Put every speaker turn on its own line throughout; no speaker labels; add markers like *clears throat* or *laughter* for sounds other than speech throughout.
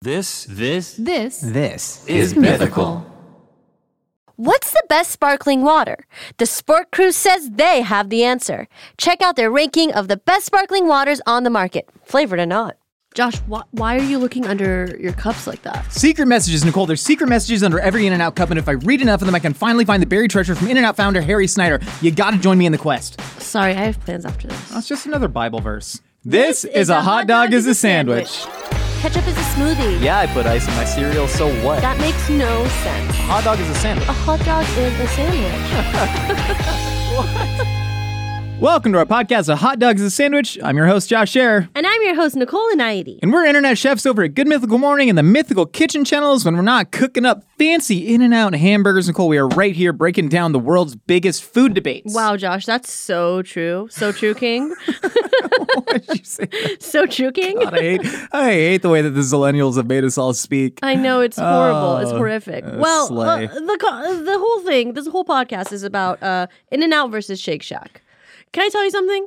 This, this
This
This
is mythical.
What's the best sparkling water? The Sport Crew says they have the answer. Check out their ranking of the best sparkling waters on the market, flavored or not.
Josh, wh- why are you looking under your cups like that?
Secret messages, Nicole. There's secret messages under every In N Out cup, and if I read enough of them, I can finally find the buried treasure from In N Out founder Harry Snyder. You gotta join me in the quest.
Sorry, I have plans after this.
That's just another Bible verse. This, is a hot dog is a sandwich.
Ketchup is a smoothie.
Yeah, I put ice in my cereal, so what?
That makes no sense.
hot dog is a sandwich.
A hot dog is a sandwich.
Welcome to our podcast, A Hot Dog is a Sandwich. I'm your host, Josh Scherer.
And I'm your host, Nicole Anaidi.
And we're internet chefs over at Good Mythical Morning and the Mythical Kitchen channels. When we're not cooking up fancy In N Out hamburgers, Nicole, we are right here breaking down the world's biggest food debates. *laughs*
Wow, Josh, that's so true. So true, King.
Why'd you say that?
so true, King.
I hate, I hate the way that the Zillennials have made us all speak.
I know it's horrible. it's
Oh,
horrific.
uh,
well,
slay.
uh, the co- the whole thing, this whole podcast is about uh, In and Out versus Shake Shack. Can I tell you something?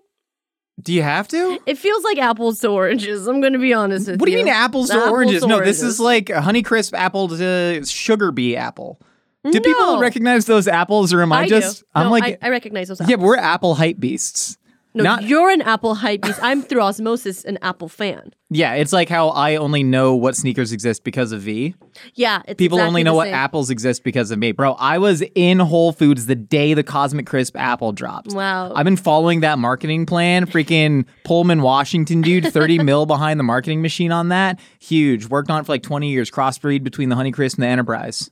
Do you have to?
It feels like apples to oranges. I'm going to be honest with you.
What do you mean apples to oranges? No, this is like a Honeycrisp apple to sugar bee apple. Do people
No.
recognize those apples, or am I,
I,
just?
do.
I'm
No,
like,
I, I recognize those.
yeah, but we're apple hype beasts.
No,
Not-
you're an Apple hype beast. I'm through osmosis an Apple fan.
Yeah, it's like how I only know what sneakers exist because of V.
Yeah, it's
People
exactly
only know
the
what
same.
apples exist because of me, bro. I was in Whole Foods the day the Cosmic Crisp apple dropped.
Wow.
I've been following that marketing plan. Freaking Pullman, Washington, dude,
*laughs*
30 mil behind the marketing machine on that. Huge. Worked on it for like 20 years. Crossbreed between the Honeycrisp and the Enterprise.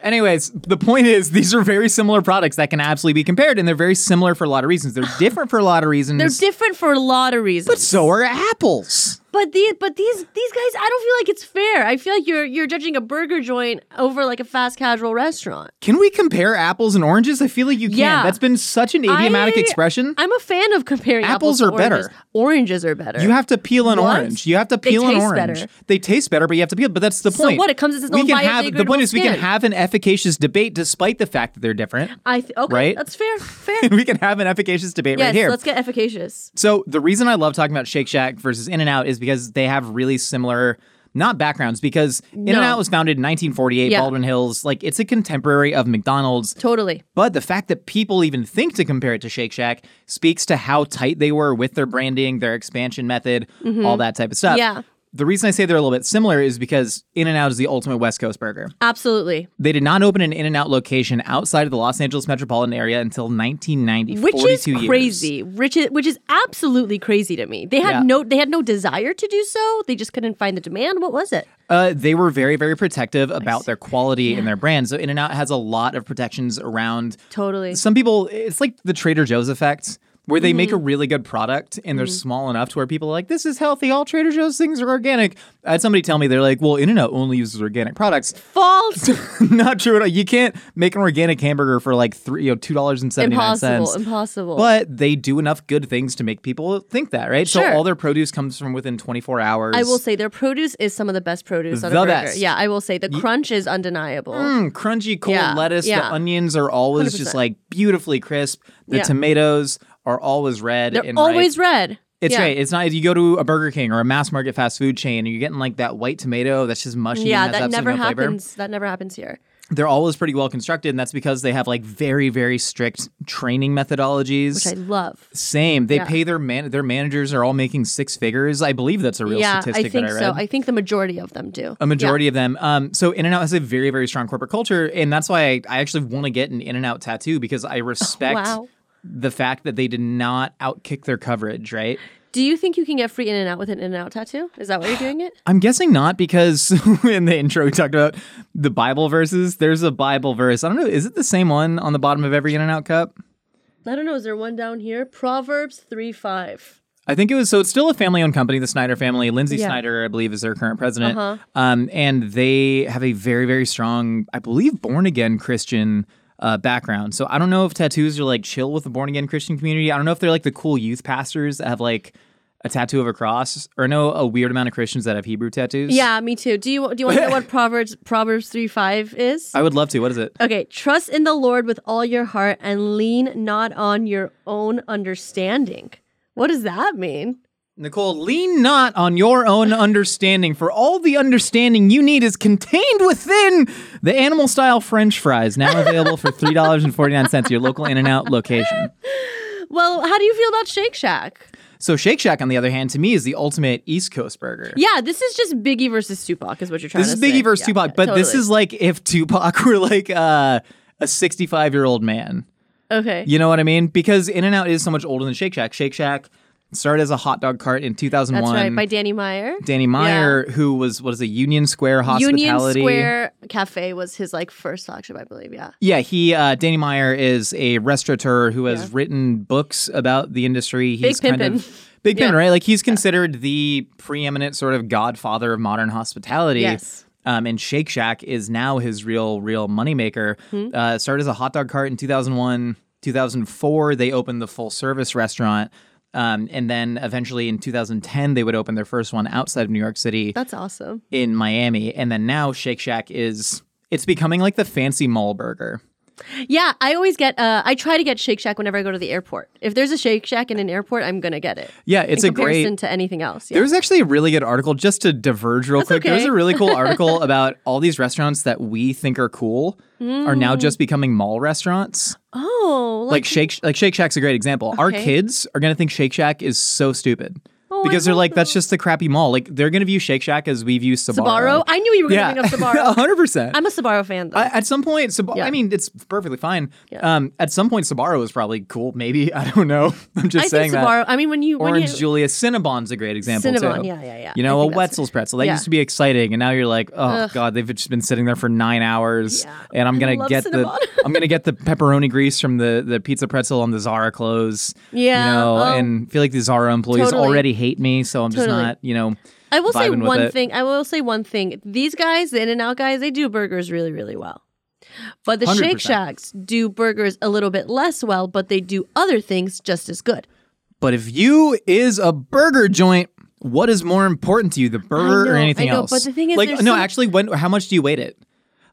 Anyways, the point is these are very similar products that can absolutely be compared, and they're very similar for a lot of reasons.
*sighs*
They're different for a lot of reasons.
They're different for a lot of reasons.
but so are apples.
But these, but these, these guys, I don't feel like it's fair. I feel like you're you're judging a burger joint over like a fast casual restaurant.
Can we compare apples and oranges? I feel like you can.
Yeah.
That's been such an idiomatic
I-
expression.
I'm a fan of comparing apples,
Apples
to
are better.
oranges. Oranges are better.
You have to peel an
What?
orange. You have to
They
peel an
taste
orange.
better.
They taste better, but you have to peel. But that's the
So
point.
what? It comes as its
we
own
can have the point
biodegradable
is we can
skin.
have an efficacious debate despite the fact that they're different. *laughs*
I th- okay,
Right?
that's fair. Fair.
we can have an efficacious debate
yes,
right here.
let's get efficacious.
So the reason I love talking about Shake Shack versus In and Out is because they have really similar not backgrounds because In and Out was founded in 1948
Yeah.
Baldwin Hills like it's a contemporary of McDonald's
Totally.
But the fact that people even think to compare it to Shake Shack speaks to how tight they were with their branding, their expansion method, all that type of stuff.
Mm-hmm. Yeah.
The reason I say they're a little bit similar is because In N Out is the ultimate West Coast burger.
Absolutely.
They did not open an In N Out location outside of the Los Angeles metropolitan area until 1990.
Which is
42 years.
crazy. Which is, which is absolutely crazy to me. They had
Yeah.
no they had no desire to do so. They just couldn't find the demand. What was it?
Uh, they were very, very protective about their quality and their brand. So In N Out has a lot of protections around
Totally.
some people it's like the trader joe's effect where they make a
Mm-hmm.
really good product and they're small enough to where people are like this is healthy all trader joe's things are organic i had somebody tell me they're like well in and out only uses organic products *laughs*
False.
not true at all you can't make an organic hamburger for like three you know two dollars and seventy nine
impossible.
cents
Impossible.
but they do enough good things to make people think that right
Sure.
so all their produce comes from within 24 hours
I will say their produce is some of the best produce on
The
a burger.
best.
Yeah, I will say the crunch is undeniable.
Mm, crunchy cold
Yeah,
lettuce.
yeah.
The onions are always
100%.
just like beautifully crisp. The
Yeah.
tomatoes are always red.
They're
and ripe.
always red.
It's
yeah.
right. It's not. You go to a Burger King or a mass market fast food chain, and you're getting like that white tomato that's just mushy.
Yeah,
and has
that
absolutely
never
no Flavor.
happens. That never happens here.
They're always pretty well constructed, and that's because they have like very, very strict training methodologies.
which I love.
Same. They
Yeah.
pay their man. Their managers are all making six figures. I believe that's a real
yeah, I
statistic
think
that I read.
so. I think the majority of them do.
a majority of them. Um, so In and Out has a very, very strong corporate culture, and that's why I, I actually want to get an In and Out tattoo because I respect
*laughs* wow.
the fact that they did not outkick their coverage. Right.
Do you think you can get free in and out with an in and out tattoo? Is that why you're
*sighs*
doing it?
I'm guessing not because *laughs* in the intro we talked about the Bible verses. There's a Bible verse. I don't know. Is it the same one on the bottom of every In and Out cup?
I don't know. Is there one down here? Proverbs three five.
I think it was. So it's still a family owned company, the Snyder family. Lindsay
Yeah. Uh-huh.
Snyder, I believe, is their current president. Um, and they have a very, very strong, I believe, born again Christian. Uh, background. So I don't know if tattoos are like chill with the born again Christian community. I don't know if they're like the cool youth pastors that have like a tattoo of a cross, or I know a weird amount of Christians that have Hebrew tattoos.
Yeah, me too. Do you do you want to
*laughs*
know what Proverbs Proverbs three five is?
I would love to. What is it?
Okay, trust in the Lord with all your heart and lean not on your own understanding. What does that mean?
Nicole, lean not on your own understanding, for all the understanding you need is contained within the animal style French fries, now available for $3.49 at your local In N Out location.
Well, how do you feel about Shake Shack?
So, Shake Shack, on the other hand, to me is the ultimate East Coast burger.
Yeah, this is just Biggie versus Tupac, is what you're trying
This
to
is
say.
Biggie versus
Yeah,
Tupac, but this
totally.
is like if Tupac were like uh, a 65 year old man.
okay.
You know what I mean? Because In N Out is so much older than Shake Shack. Shake Shack started as a hot dog cart in 2001.
That's right, by Danny Meyer.
Danny Meyer, who was what is it, Union Square Hospitality?
Union Square Cafe was his like first flagship, I believe. Yeah.
Yeah, he uh, Danny Meyer is a restaurateur who has written books about the industry. He's kind
pimpin'.
of big pin,
Yeah.
right? Like he's considered the preeminent sort of godfather of modern hospitality.
Yes.
Um, and Shake Shack is now his real, real moneymaker.
Hmm.
Uh, started as a hot dog cart in 2001, 2004. They opened the full service restaurant. Um, and then eventually in 2010, they would open their first one outside of New York City
That's awesome.
in Miami. And then now Shake Shack is, it's becoming like the fancy mall burger.
Yeah, I always get uh I try to get Shake Shack whenever I go to the airport. If there's a Shake Shack in an airport, I'm gonna get it.
Yeah, it's
in
a great.
comparison to anything else. Yeah.
There was actually a really good article, just to diverge real quick. There was
okay.
a really cool
*laughs*
article about all these restaurants that we think are cool are
Mm.
now just becoming mall restaurants.
oh,
Like Shake like Shake Shack's a great example. Our
Okay. Oh,
kids are gonna think Shake Shack is so stupid.
I
because they're
hope
like, that's just the crappy mall. Like they're gonna view Shake Shack as we view Sabaro.
Sabaro. I knew you were gonna
yeah, *laughs*
bring up Sabaro.
hundred percent.
I'm a Sabaro fan though.
I- at some point, Sab-
Yeah.
I mean, it's perfectly fine. Um, at some point, Sabaro was probably cool. Maybe *laughs* I don't know. I'm just
I
saying
think
that.
Sabaro I mean when you when
Orange
you
Julia Cinnabon's a great example
Cinnabon,
too.
yeah, yeah, yeah.
You
I
know, a
think that's
Wetzel's pretzel that
Yeah.
used to be exciting, and now you're like, oh god, they've just been sitting there for nine hours,
Yeah.
and I'm gonna
love
get
Cinnabon.
the *laughs* I'm gonna get the pepperoni grease from the the pizza pretzel on the Zara clothes.
Yeah,
you know,
oh.
and feel like the Zara employees
Totally.
already hate me, so I'm just
Totally.
not, you know.
I will say
vibing with
one
it.
thing. I will say one thing. These guys, the In and Out guys, they do burgers really, really well. But the Shake
100%.
Shacks do burgers a little bit less well, but they do other things just as good.
But if you is a burger joint. What is more important to you, the burger or
know,
anything
I know,
else?
but the thing is
like,
there's
no,
some-
actually, when how much do you weight it?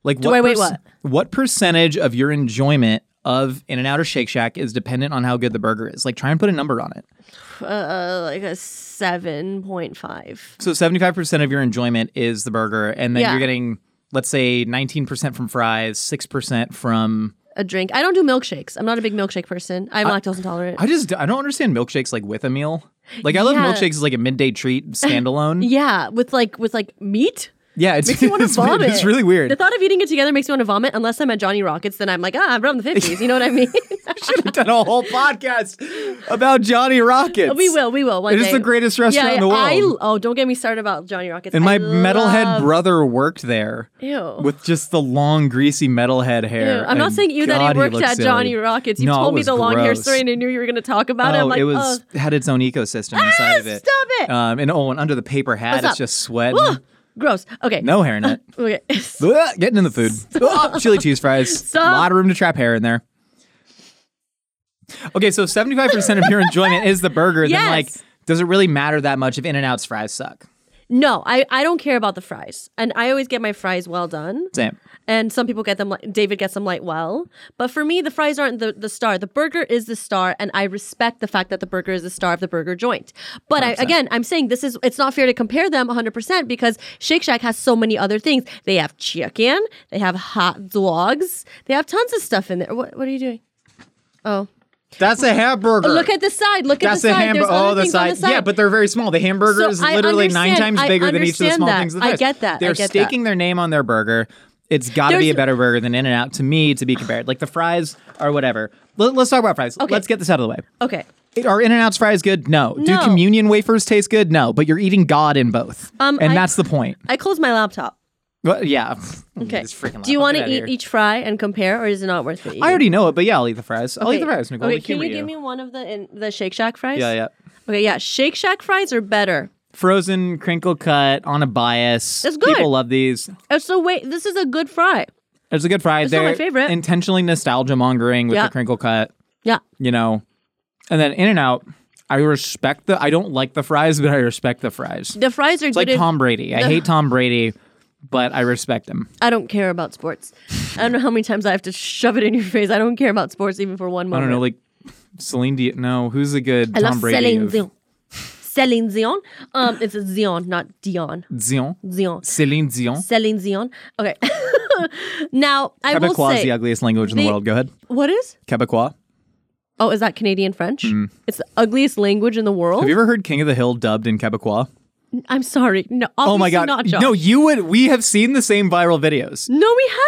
Like, do
I weight what?
What percentage of your enjoyment of In and Out or Shake Shack is dependent on how good the burger is? Like, try and put a number on it.
Uh, like a seven point five.
So, seventy-five percent of your enjoyment is the burger, and then
Yeah.
you're getting, let's say, nineteen percent from fries, six percent from.
A drink. I don't do milkshakes. I'm not a big milkshake person. I'm lactose intolerant.
I just I don't understand milkshakes like with a meal. Like, I love
Yeah.
milkshakes as like a midday
*laughs*
treat standalone.
yeah, with like with like
*laughs*
meat.
yeah, it's
Makes you want to
it's, weird.
vomit.
it's really weird.
The thought of eating it together makes me want to vomit. Unless I'm at Johnny Rockets, then I'm like, ah, I'm from the fifties. You know what
*laughs*
I mean?
We've done a whole podcast about Johnny Rockets.
we will. We will. One
It is
day.
the greatest
Yeah,
restaurant in the
yeah,
world.
I, oh, don't get me started about Johnny Rockets.
and my
I
metalhead
love-
brother worked there
Ew.
with just the long, greasy metalhead
Ew.
hair.
I'm not
and
saying you that
Oh, God,
he worked
looked
at
silly.
Johnny Rockets. You
No,
told
it
me
was
the long hair
gross.
story and I knew you were going to talk about it.
Oh,
I'm like, uh,
it
Ah,
was had its own ecosystem inside of it.
stop it.
Um, and oh, and under the paper hat,
What's
it's
up?
just sweat.
oh, gross. Okay.
No hair in it.
Okay. *laughs*
Ugh, Getting in the food. Ugh, chili cheese fries.
Stop.
A lot of room to trap hair in there. Okay, so 75% of your enjoyment is the burger. Then,
Yes.
like, does it really matter that much if In N Out's fries suck?
no, I, I don't care about the fries. And I always get my fries well done.
Same.
And some people get them, li- David gets them light well. But for me, the fries aren't the, the star. The burger is the star. And I respect the fact that the burger is the star of the burger joint. But I, again, I'm saying this is, it's not fair to compare them 100% because Shake Shack has so many other things. They have chicken, they have hot dogs, they have tons of stuff in there. What, what are you doing? Oh,
That's a hamburger.
look at the side. Look
That's
at the
a
side.
hamburger.
There's other
Oh, the
things
side.
On the side.
Yeah, but they're very small. The hamburger
So
is
I
literally nine
understand-
times
I
bigger than each of the
understand
small
that.
things. of
I
theirs.
get that. I
They're
get that.
staking their name on their burger. It's got to be
There's-
a better burger than In and Out to me to be compared. Like the fries or whatever. Let, us talk about fries. Let's get this out of the way.
okay.
It- Are In and Out's fries good? No. Do
No.
communion wafers taste good? No. But you're eating God in both.
Um,
and
I-
that's the point.
I closed my laptop.
Well, yeah. *laughs*
Okay.
It's freaking
Do you
loud.
want
Get
to
outta
eat
here.
each fry and compare, or is it not worth it?
I already know it, but yeah, I'll eat the fries. I'll eat the fries, Nicole.
Okay,
Like,
can
humor
you give me one of the in, the Shake Shack fries?
Yeah, yeah.
Okay, yeah. Shake Shack fries are better.
Frozen, crinkle cut, on a bias.
It's good.
People love these.
And Oh, so wait, this is a good fry.
It's a good fry.
not
They're
my favorite.
Intentionally nostalgia mongering with
Yeah.
the crinkle cut,
Yeah.
you know. And then In and Out, I respect the. I don't like the fries, but I respect the fries. It's
The fries are good.
like
if-
Tom Brady. I hate Tom Brady, but I respect him.
I don't care about sports. I don't know how many times I have to shove it in your face. I don't care about sports even for one
I
moment.
don't know, like Celine Dion. No, who's a good
I
Tom
love
Brady?
Celine
of-
Dion. Celine Dion. Um, it's Dion, not Dion.
Dion.
Dion.
Celine Dion.
Celine Dion. Okay. *laughs* now I will
Quebecois is
say
the ugliest language in the
the-
world. Go ahead.
what is?
Quebecois.
Oh, is that Canadian French? It's the ugliest language in the world.
Mm. Have you ever heard King of the Hill dubbed in Quebecois?
I'm sorry. No, obviously
Oh my god.
not Josh.
No, you would we have seen the same viral videos.
No, we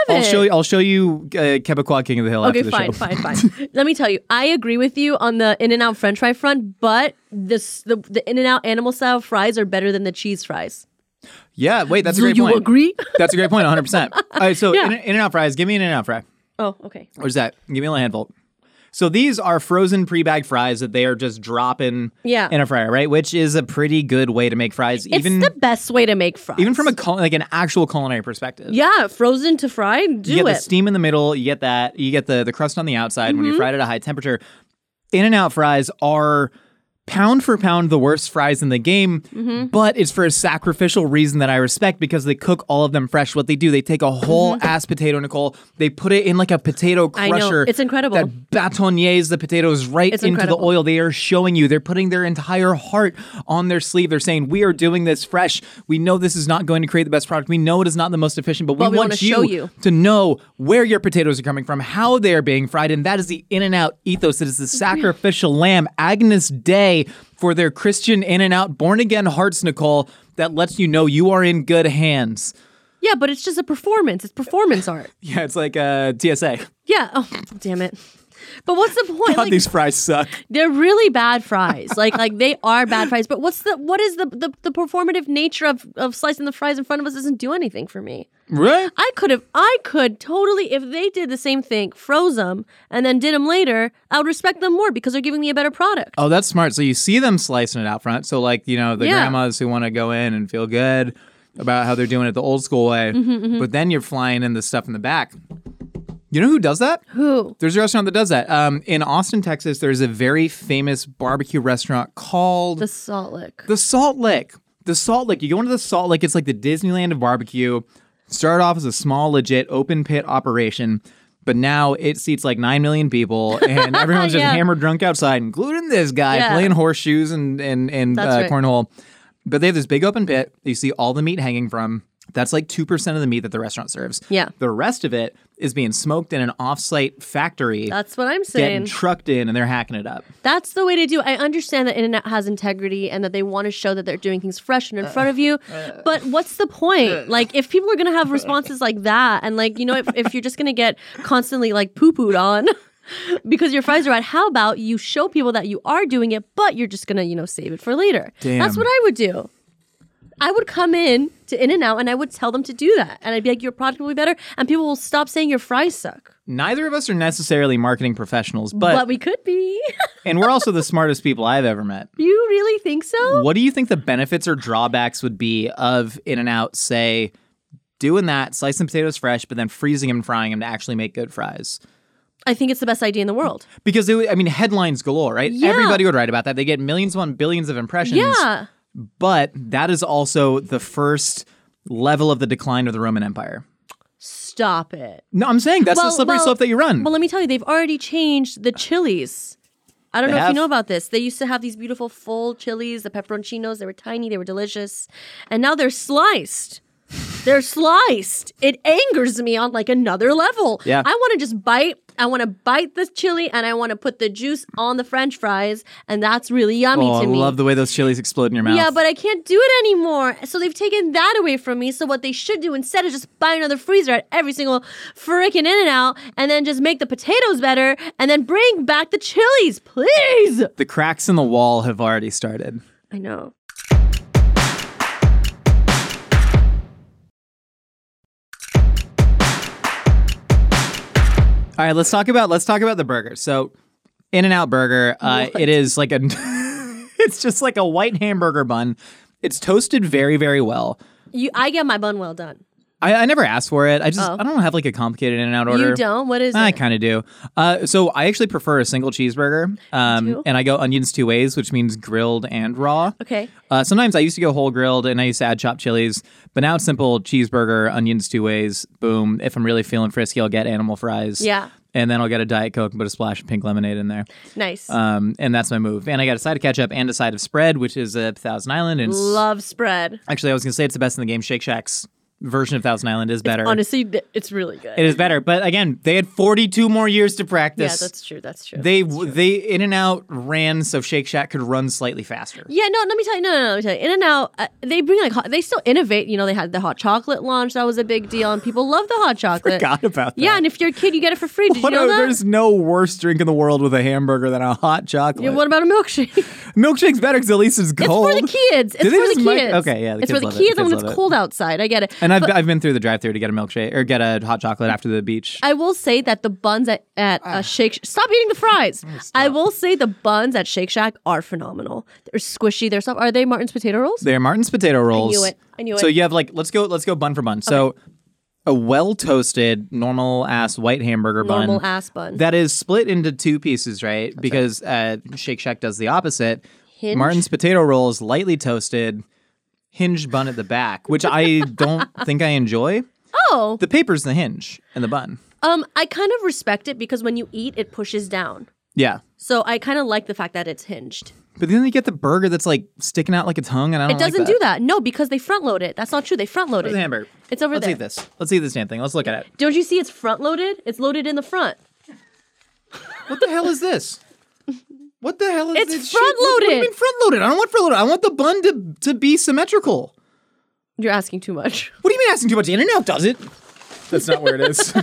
I'll
haven't.
show you I'll show you uh, Quebecois King of the Hill
Okay,
after the
fine,
show.
fine, fine. Let me tell you, I agree with you on the In and Out French fry front, but this the, the In and Out animal style fries are better than the cheese fries.
*laughs* Yeah, wait, that's a
Do
great
you
point.
agree?
That's a great point,
*laughs*
100%. All right, so
Yeah.
in, in and out fries, give me an in and out fry.
Oh, okay.
Where's that? Give me a handful. So these are frozen pre-bagged fries that they are just dropping
Yeah.
in a fryer, right? Which is a pretty good way to make fries, even
it's the best way to make fries.
even from a cul- like an actual culinary perspective.
yeah, frozen to fry, do
you get
it. Mm-hmm.
the steam in the middle. You get that. You get the the crust on the outside when you fry it at a high temperature. In and out fries are pound for pound the worst fries in the game,
Mm-hmm.
but it's for a sacrificial reason that I respect because they cook all of them fresh. What they do, they take a whole ass potato, Nicole. They put it in like a potato
Mm-hmm. I know.
crusher.
It's incredible.
That batoniers the potatoes right
It's
into the
incredible.
oil. They are showing you. They're putting their entire heart on their sleeve. They're saying, "We are doing this fresh. We know this is not going to create the best product. We know it is not the most efficient, but we,
But we
want
wanna show you."
to know where your potatoes are coming from, how they are being fried, and that is the In and Out ethos. It is the sacrificial lamb, Agnes Day, for their Christian In and Out born again hearts, Nicole. That lets you know you are in good hands. *laughs*
yeah, but it's just a performance. It's performance art.
Yeah, it's like uh, TSA.
Yeah. Oh, damn it. But what's the point?
God,
Like,
these fries suck.
they're really bad fries. like like they are bad fries. But what's the what is the the, the performative nature of, of slicing the fries in front of us doesn't do anything for me.
Right?
I could have, I could totally, if they did the same thing, froze them and then did them later, I would respect them more because they're giving me a better product.
Oh, that's smart. So you see them slicing it out front. So like you know the
Yeah.
grandmas who want to go in and feel good about how they're doing it the old school way,
Mm-hmm,
but then you're flying in the stuff in the back. You know who does that?
Who?
There's a restaurant that does that. Um, in Austin, Texas, there's a very famous barbecue restaurant called
The salt lick.
the Salt Lick. The Salt Lick. You go into the Salt Lick, it's like the Disneyland of barbecue. Started off as a small, legit open pit operation, but now it seats like 9 million
*laughs*
people, and everyone's just
Yeah.
hammered drunk outside, including this guy
Yeah.
playing horseshoes and, and, and uh,
That's right.
cornhole. But they have this big open pit that you see all the meat hanging from. That's like 2% of the meat that the restaurant serves.
Yeah.
The rest of it is being smoked in an offsite factory,
That's what I'm
getting
saying.
trucked in, and they're hacking it up.
That's the way to do. it. I understand that In-N-Out has integrity and that they want to show that they're doing things fresh and in front of you. but what's the point? like, if people are gonna have responses like that, and like, you know, if, if you're just gonna get constantly like poo-pooed on. *laughs* Because your fries are out, how about you show people that you are doing it, but you're just gonna, you know, save it for later.
Damn.
That's what I would do. I would come in to In and Out and I would tell them to do that. And I'd be like, your product will be better, and people will stop saying your fries suck.
Neither of us are necessarily marketing professionals,
But,
but
we could be. *laughs*
and we're also the smartest people I've ever met.
you really think so?
What do you think the benefits or drawbacks would be of In and Out, say, doing that, slicing potatoes fresh, but then freezing them and frying them to actually make good fries?
I think it's the best idea in the world.
Because it would, I mean, headlines galore, right?
Yeah.
Everybody would write about that. They get millions upon billions of impressions.
Yeah.
But that is also the first level of the decline of the Roman Empire.
Stop it.
No, I'm saying that's the
Well,
slippery
well-
slope that you run.
Well, let me tell you, they've already changed the chilies. I don't
They
know if
have?
you know about this. They used to have these beautiful full chilies, the pepperoncinos. They were tiny, they were delicious. And now they're sliced. They're sliced. It angers me on like another level.
Yeah.
I want to just bite. I want to bite the chili and I want to put the juice on the french fries. And that's really yummy
oh, I
to me.
love the way those chilies explode in your mouth.
Yeah, but I can't do it anymore. So they've taken that away from me. So what they should do instead is just buy another freezer at every single freaking In and Out, and then just make the potatoes better, and then bring back the chilies, please.
the cracks in the wall have already started.
I know.
All right, let's talk about let's talk about the burger. So, In and Out Burger, uh, it is like a, *laughs* it's just like a white hamburger bun. It's toasted very very well.
You, I get my bun well done.
I, I never asked for it. I just
Oh.
I don't have like a complicated In and Out order.
You don't. What is
I
it?
kind of do. Uh, so I actually prefer a single cheeseburger, um,
do?
and I go onions two ways, which means grilled and raw.
Okay.
Uh, sometimes I used to go whole grilled and I used to add chopped chilies, but now it's simple cheeseburger, onions two ways, boom. If I'm really feeling frisky, I'll get animal fries.
Yeah.
and then I'll get a Diet Coke and put a splash of pink lemonade in there.
Nice.
Um, and that's my move. And I got a side of ketchup and a side of spread, which is a Thousand Island. And s-
Love spread.
actually, I was gonna say it's the best in the game. Shake Shack's version of Thousand Island is better.
Honestly, th- it's really good.
it is better, but again, they had 42 more years to
yeah,
practice.
that's true. That's true.
they they in and out ran so Shake Shack could run slightly faster.
Yeah, no, let me tell you. No, no, no, let me tell you. In and out, uh, they bring like hot, they still innovate. You know, they had the hot chocolate launch that was a big deal, and people love the hot chocolate.
Forgot about that.
Yeah, and if you're a kid, you get it for free. Did
Uh, What
you know
a-
that?
there's no worse drink in the world with a hamburger than a hot chocolate.
Yeah, what about a milkshake? *laughs* it's
Milkshake's better because at least it's cold.
for the kids. It's
Do they
for the
use
kids.
mic- Okay, yeah, the
it's
kids
for
love it.
the
The
kids, and when
kids
it's
love it.
cold outside, I get it.
And I've,
But
I've been through the drive-through to get a milkshake or get a hot chocolate after the beach.
I will say that the buns at, at
Ah.
uh, Shake Shack, stop eating the fries. I will say the buns at Shake Shack are phenomenal. They're squishy. They're soft. Are they Martin's potato rolls?
They're Martin's potato rolls.
it. I knew
So
it.
you have like let's go let's go bun for bun. So a well-toasted normal ass white hamburger bun.
Normal ass bun.
That is split into two pieces, right? because Uh, Shake Shack does the opposite.
Hinge?
Martin's potato rolls lightly toasted, hinge bun at the back, which I
*laughs*
don't think I enjoy.
oh,
The paper's the hinge and the bun.
um, I kind of respect it because when you eat, it pushes down.
Yeah.
So I kind of like the fact that it's hinged.
But then you get the burger that's like sticking out like a tongue, and I don't
It doesn't
like
do that. No, because they front load it. That's not true. They front load
Where's the
it.
hamburger?
It's over
Let's
there.
eat this. Let's eat this damn thing. Let's look at it.
Don't you see it's front loaded? It's loaded in the front.
What the hell is this?
*laughs*
What the hell is
It's
this? shit? What- What do you
front-loaded.
mean front loaded? I don't want front loaded. I want the bun to, to be symmetrical.
You're asking too much. *laughs*
What do you mean asking too much? The internet does it. That's not where it is.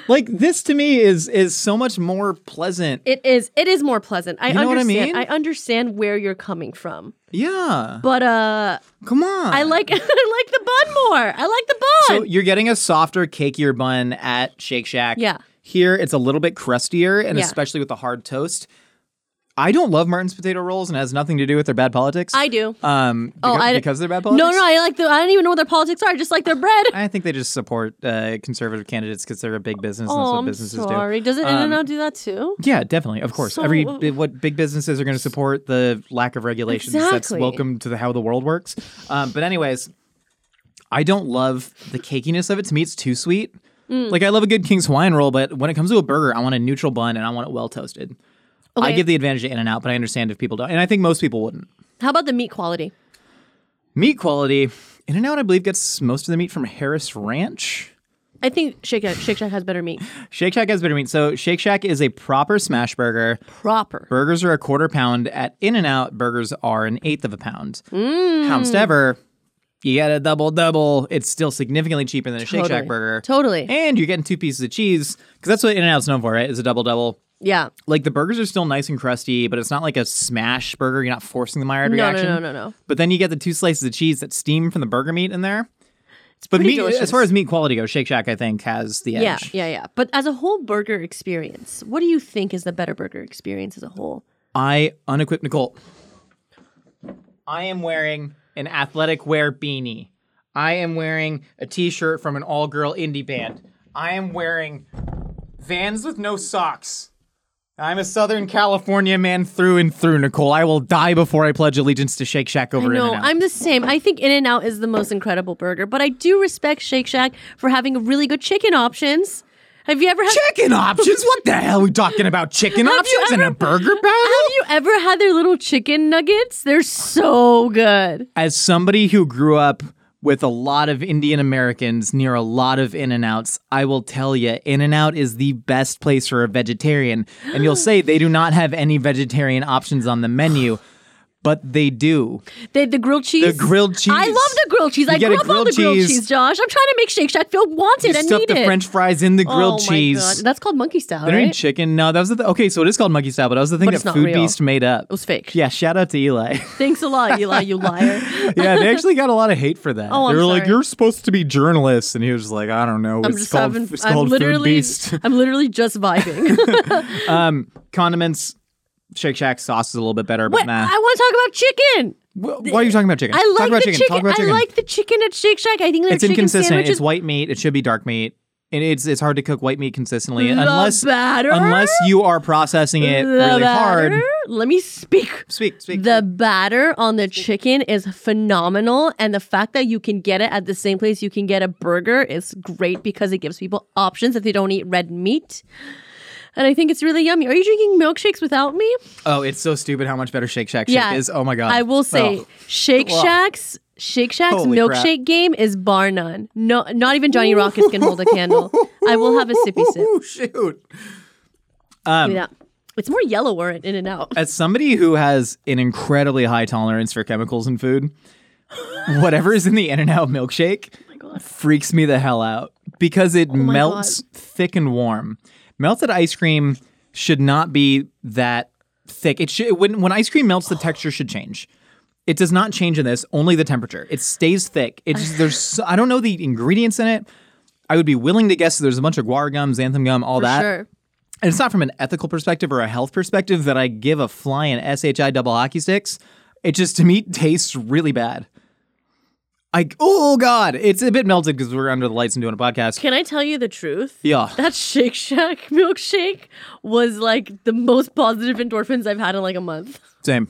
*laughs* like this to me is is so much more pleasant.
It is. It is more pleasant. I
You know what I
understand.
mean?
understand where you're coming from.
yeah.
But uh
Come on.
I like *laughs* I like the bun more. I like the
So
bun.
you're getting a softer, cakier bun at Shake Shack.
Yeah.
Here it's a little bit crustier, and
Yeah.
especially with the hard toast. I don't love Martin's potato rolls, and it has nothing to do with their bad politics.
I do.
Um,
Oh,
because,
I-
because they're bad politics.
No, no, I like the I don't even know what their politics are. I just like their
*laughs*
bread.
I think they just support uh, conservative candidates because they're a big business. and that's
Oh,
what
I'm
businesses
sorry.
do. Um,
Doesn't In and Out do that too?
Yeah, definitely. Of course, every
So-
bi- what big businesses are going to support the lack of regulations. That's
Exactly.
welcome to the how the world works. Um, but anyways, I don't love the cakiness of it. To me, it's too sweet.
Mm.
Like I love a good King's Hawaiian roll, but when it comes to a burger, I want a neutral bun and I want it well toasted. I
Okay.
give the advantage to In and Out, but I understand if people don't, and I think most people wouldn't.
How about the meat quality?
Meat quality, In and Out, I believe gets most of the meat from Harris Ranch.
I think Shake Shack, Shake Shack has better meat.
Shake Shack has better meat. So Shake Shack is a proper smash burger.
Proper.
Burgers are a quarter pound. At In and Out, burgers are an eighth of a pound. Housed
Mm.
ever, you get a double double. It's still significantly cheaper than a Shake
Totally.
Shack burger.
Totally.
And you're getting two pieces of cheese because that's what In and Out's known for, right? Is a double double.
Yeah.
Like the burgers are still nice and crusty, but it's not like a smash burger. You're not forcing the Maillard
No, no,
reaction.
no, no, no.
But then you get the two slices of cheese that steam from the burger meat in there. but
pretty
meat, as
delicious.
far as meat quality goes, Shake Shack I think has the edge.
Yeah, yeah, yeah. But as a whole burger experience, what do you think is the better burger experience as a whole?
I unequipped Nicole. I am wearing an athletic wear beanie. I am wearing a t-shirt from an all-girl indie band. I am wearing Vans with no socks. I'm a Southern California man through and through, Nicole. I will die before I pledge allegiance to Shake Shack over
No,
In-N-Out.
I'm the same. I think In N Out is the most incredible burger, but I do respect Shake Shack for having really good chicken options. Have you ever had
chicken options? What the hell are we talking about? Chicken
you
options in a
ever-
burger battle?
Have you ever had their little chicken nuggets? They're so good.
as somebody who grew up with a lot of Indian Americans near a lot of In and Outs, I will tell you, In and Out is the best place for a vegetarian. And you'll say they do not have any vegetarian options on the
*sighs*
menu, but they do.
They, the grilled
The
cheese.
grilled cheese.
I love the grilled cheese.
You
I
get a
grew up on
grilled
the grilled
cheese.
cheese, Josh. I'm trying to make Shake Shack feel
You
wanted and
stuff
needed.
the French fries in the grilled
oh
cheese.
My God. That's called monkey style,
They're doing
right?
chicken. No, that was the th- okay. So it is called monkey style, but that was the thing
But it's
that
not
Food
real.
Beast made up.
it was fake.
Yeah, shout out to Eli. *laughs*
Thanks a lot, Eli. You liar.
yeah, they actually got a lot of hate for that.
Oh,
they
I'm
were like,
sorry.
"You're supposed to be journalists," and he was like, "I don't know.
I'm
it's
just
called,
having.
it's
I'm
called Food
literally.
Beast." *laughs*
I'm literally just vibing.
condiments. Shake Shack sauce is a little bit better, but
Wait,
nah.
I want to talk about chicken.
Wh- Why are you talking about chicken?
I
Talk
like
about
the
chicken.
chicken.
Talk about chicken.
I like the chicken at Shake Shack. I think their
it's
chicken
inconsistent.
sandwiches.
It's white meat. It should be dark meat. and it's it's hard to cook white meat consistently
The
unless
batter?
unless you are processing it
the
really
batter.
hard.
Let me speak.
Speak, speak.
The batter on the chicken is phenomenal, and the fact that you can get it at the same place you can get a burger is great because it gives people options if they don't eat red meat. And I think it's really yummy. Are you drinking milkshakes without me?
oh, it's so stupid how much better Shake Shack
Yeah.
shake is. Oh my god.
I will say
Oh.
Shake Shack's Shake Shack's
Holy crap.
milkshake game is bar none. No, not even Johnny Rockets can hold a candle. I will have a sippy
*laughs*
sip.
Ooh, Oh. shoot. Um,
yeah. It's more yellower in and out.
As somebody who has an incredibly high tolerance for chemicals in food, whatever is in the In and Out milkshake freaks me the hell out because it melts thick and warm. Melted ice cream should not be that thick. It should when when ice cream melts, the texture should change. It does not change in this, only the temperature. It stays thick. It's just, there's so- I don't know the ingredients in it. I would be willing to guess there's a bunch of guar gum, xanthan gum, all that
Sure.
and it's not from an ethical perspective or a health perspective that I give a flying SHI double hockey sticks. It just to me tastes really bad. I oh god, it's a bit melted because we're under the lights and doing a podcast.
Can I tell you the truth?
Yeah.
That Shake Shack milkshake was like the most positive endorphins I've had in like a month. *laughs*
Same.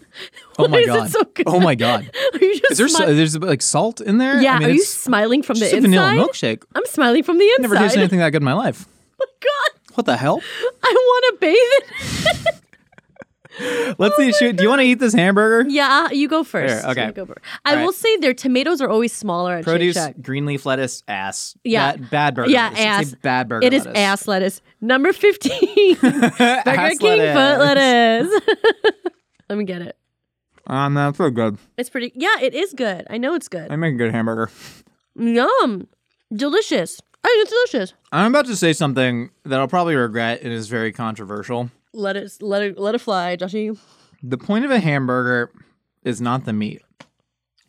Oh
Why
my
is it
god.
so good?
Oh my
*laughs*
god.
Are you just
Is there so,
smi-
there's like salt in there?
Yeah,
I mean,
are you
it's
smiling from
just
the
a vanilla
inside?
milkshake.
I'm smiling from the inside.
Never tasted anything that good in my life.
*laughs* God,
What the
*laughs*
hell?
I want to bathe in it.
Let's see. Shoot, do you want to eat this hamburger?
Oh yeah, you go first.
Here, okay.
You go first. I
All
will
right.
say their tomatoes are always smaller at
Produce,
Shake Shack.
green leaf lettuce, ass.
Yeah.
Bad, bad burger.
Yeah,
lettuce. It's
ass.
a bad burger.
It is
lettuce. *laughs*
ass lettuce. Number 15. Burger
Ass
King
*laughs*
foot
lettuce.
lettuce. *laughs* Let me get it.
Um, that's so good.
It's pretty. Yeah, it is good. I know it's good.
I make a good hamburger.
Yum. Delicious. I think it's delicious.
I'm about to say something that I'll probably regret and is very controversial.
Let it let it let it fly, Joshy.
The point of a hamburger is not the meat.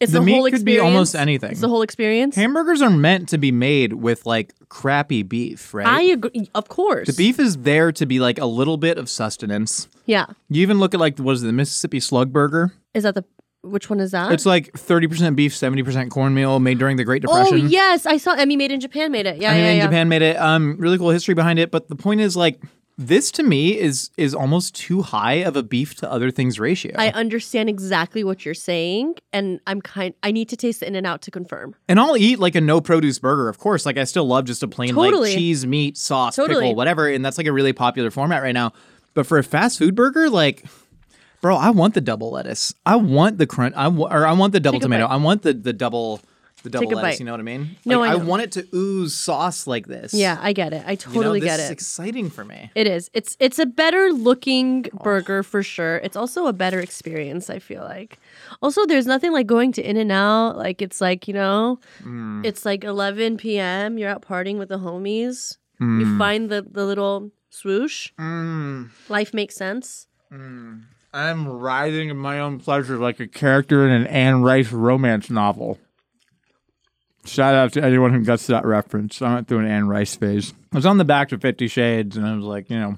It's
The
the,
meat
whole
could be
experience.
almost anything.
It's the whole experience.
Hamburgers are meant to be made with like crappy beef, right?
I agree. Of course.
the beef is there to be like a little bit of sustenance.
Yeah.
You even look at like what is it, the Mississippi slug burger?
Is that the which one is that?
It's like 30% beef, 70% cornmeal made during the Great
oh
Depression.
yes, I saw Emmy Made in Japan made it. Yeah,
I mean,
yeah, yeah.
Japan made it. Um, really cool history behind it. But the point is, like, this to me is is almost too high of a beef to other things ratio.
I understand exactly what you're saying, and I'm kind. I need to taste the In and Out to confirm.
And I'll eat like a no produce burger, of course. Like I still love just a plain
Totally.
like cheese, meat, sauce,
Totally.
pickle, whatever. And that's like a really popular format right now. But for a fast food burger, like, bro, I want the double lettuce. I want the crunch. I wa- or I want the double
Take a
tomato.
bite.
I want the the double the double
Take a
lettuce.
bite.
You know what I mean?
No,
Like,
I
I,
know.
want it to ooze sauce like this.
Yeah, I get it. I
You know,
totally
this
get
is
it.
exciting for me.
it is. It's it's a better looking burger for sure. It's also a better experience. I feel like. Also, there's nothing like going to In and Out. Like it's like you know, it's like 11 p.m. You're out partying with the homies. You find the the little swoosh. Life makes sense.
I'm writhing in my own pleasure like a character in an Anne Rice romance novel. Shout out to anyone who gets that reference. I went through an Anne Rice phase. I was on the back to Fifty Shades, and I was like, you know,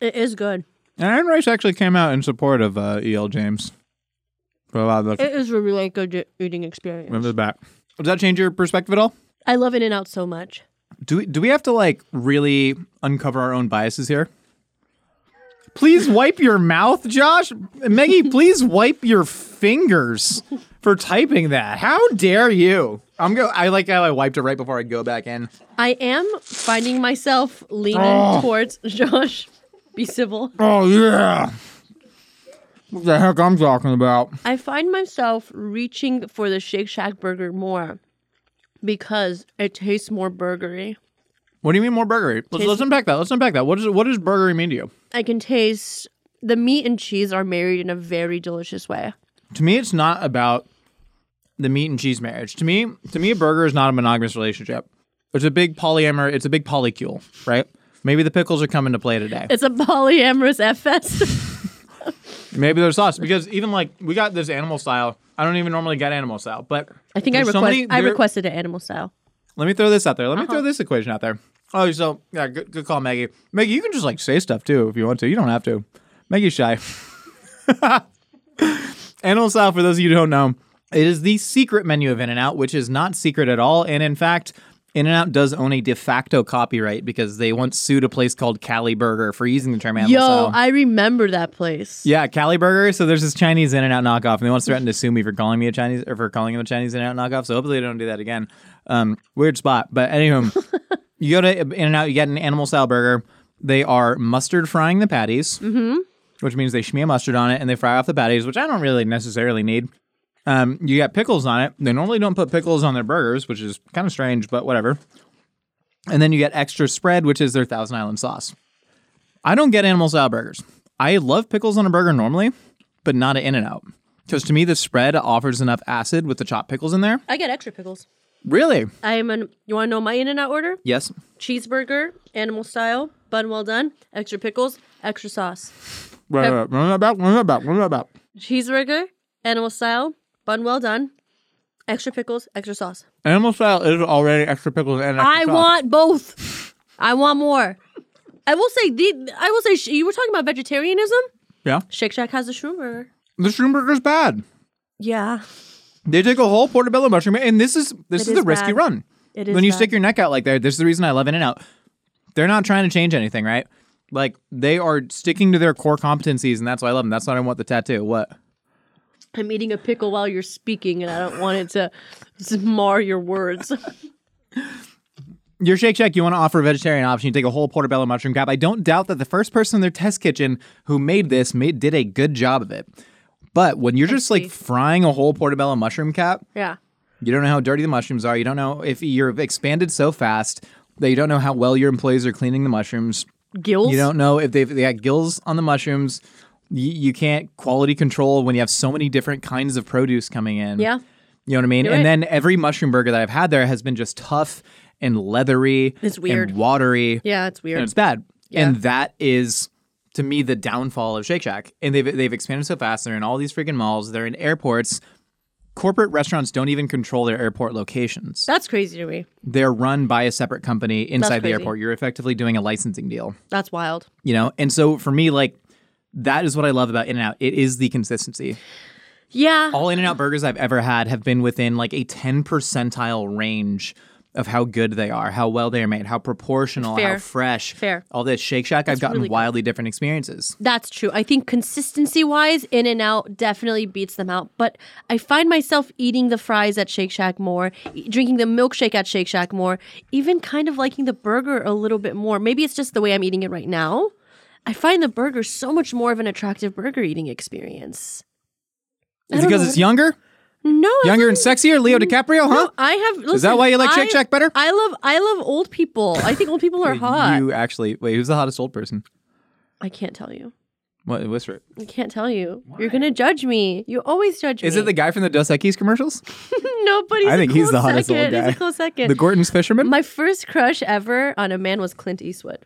It is good.
and Anne Rice actually came out in support of uh, E.L. James for a lot of the
It is a really good e-, eating experience.
remember the back. Does that change your perspective at all?
I love In and Out so much.
Do we, do we have to like really uncover our own biases here? Please wipe your mouth, Josh. Maggie, please wipe your fingers for typing that. How dare you? I'm go. I like how I wiped it right before I go back in.
I am finding myself leaning towards *laughs* Josh. Be civil.
Oh yeah. What the heck I'm talking about?
I find myself reaching for the Shake Shack burger more because it tastes more burgery.
What do you mean more burgery? Let's, let's unpack that. Let's unpack that. What does what does burgery mean to you?
I can taste the meat and cheese are married in a very delicious way.
to me it's not about the meat and cheese marriage to me to me a burger is not a monogamous relationship it's a big polyamory it's a big polycule right maybe the pickles are coming to play today
It's a *laughs* polyamorous F fest.
maybe there's sauce because even like we got this animal style i don't even normally get animal style but
I think I
There's so
request
many-
I
there-
requested an animal style.
let me throw this out there let me throw this equation out there oh so yeah good, good call maggie maggie you can just like say stuff too if you want to you don't have to maggie's shy *laughs* Animal Style, for those of you who don't know, it is the secret menu of In N Out, which is not secret at all. And in fact, In and Out does own a de facto copyright because they once sued a place called Cali Burger for using the term animal
Yo,
cell.
I remember that place.
yeah, Cali Burger. So there's this Chinese In and Out knockoff, and they once threatened to sue me for calling me a Chinese or for calling them a Chinese In and Out knockoff. So hopefully they don't do that again. Um, weird spot, but anywho, you go to In and Out, you get an animal style burger. They are mustard frying the patties, mm-hmm. which means they smear mustard on it and they fry off the patties, which I don't really necessarily need. Um, you got pickles on it. They normally don't put pickles on their burgers, which is kind of strange, but whatever. And then you get extra spread, which is their Thousand Island sauce. I don't get animal style burgers. I love pickles on a burger normally, but not an In and Out. Because to me, the spread offers enough acid with the chopped pickles in there.
I get extra pickles.
Really?
I am an. You want to know my in and out order?
Yes.
Cheeseburger, animal style, bun well done, extra pickles, extra sauce.
Run it up, run it back, run it back, run it back.
Cheeseburger, animal style, bun well done, extra pickles, extra sauce.
Animal style is already extra pickles and extra
I
sauce.
want both. I want more. I will say the. I will say sh- you were talking about vegetarianism.
Yeah.
Shake Shack has a shroom burger.
The shroom burger's bad.
Yeah,
They take a whole portobello mushroom, and this is this
It
is
is
a risky
bad.
run.
it is.
when you
bad.
stick your neck out like there, this is the reason I love In and Out. They're not trying to change anything, right? Like they are sticking to their core competencies, and that's why I love them. That's why I want the tattoo. What?
I'm eating a pickle while you're speaking, and I don't want it to *laughs* s- mar your words.
Your Shake Shack, you want to offer a vegetarian option. You take a whole portobello mushroom cap. I don't doubt that the first person in their test kitchen who made this made, did a good job of it. But when you're just
see.
like frying a whole portobello mushroom cap,
yeah.
You don't know how dirty the mushrooms are. You don't know if you're expanded so fast that you don't know how well your employees are cleaning the mushrooms.
Gills.
You don't know if they've they got gills on the mushrooms. You, you can't quality control when you have so many different kinds of produce coming in.
Yeah.
You know what I mean?
You're
and
right.
then every mushroom burger that I've had there has been just tough and leathery
It's weird.
and watery.
Yeah, it's weird.
And it's bad.
Yeah.
And that is to me the downfall of Shake Shack. And they've they've expanded so fast. They're in all these freaking malls. They're in airports. Corporate restaurants don't even control their airport locations.
That's crazy to me.
They're run by a separate company inside the
crazy.
airport. You're effectively doing a licensing deal,
That's wild.
you know? And so for me like that is what I love about In and Out. It is the consistency.
Yeah.
All In and Out burgers I've ever had have been within like a 10 percentile range of how good they are, how well they are made, how proportional,
Fair.
how fresh.
Fair.
All this Shake Shack, I've gotten
really good.
wildly different experiences.
That's true. I think consistency wise, In and Out definitely beats them out. But I find myself eating the fries at Shake Shack more, e- drinking the milkshake at Shake Shack more, even kind of liking the burger a little bit more. Maybe it's just the way I'm eating it right now. I find the burger so much more of an attractive burger eating
Is
experience. I
it
don't
because
know.
it's
*laughs*
younger?
No, I
Younger and sexier? Leo DiCaprio, huh?
No, I have.
Is that
listen,
why you like Shake
I-
Shack better?
I love I love old people. I think old people are
*laughs*
hot.
You actually wait. Who's the hottest old person?
I can't tell you.
What whisper? it.
I can't tell you. You're gonna judge me. You always judge me.
Is it the guy from the Dos Equis commercials?
Nobody's.
I think
a close
he's the hottest old
second. He's
guy.
a close second.
The Gordon's fisherman.
My first crush ever on a man was Clint Eastwood,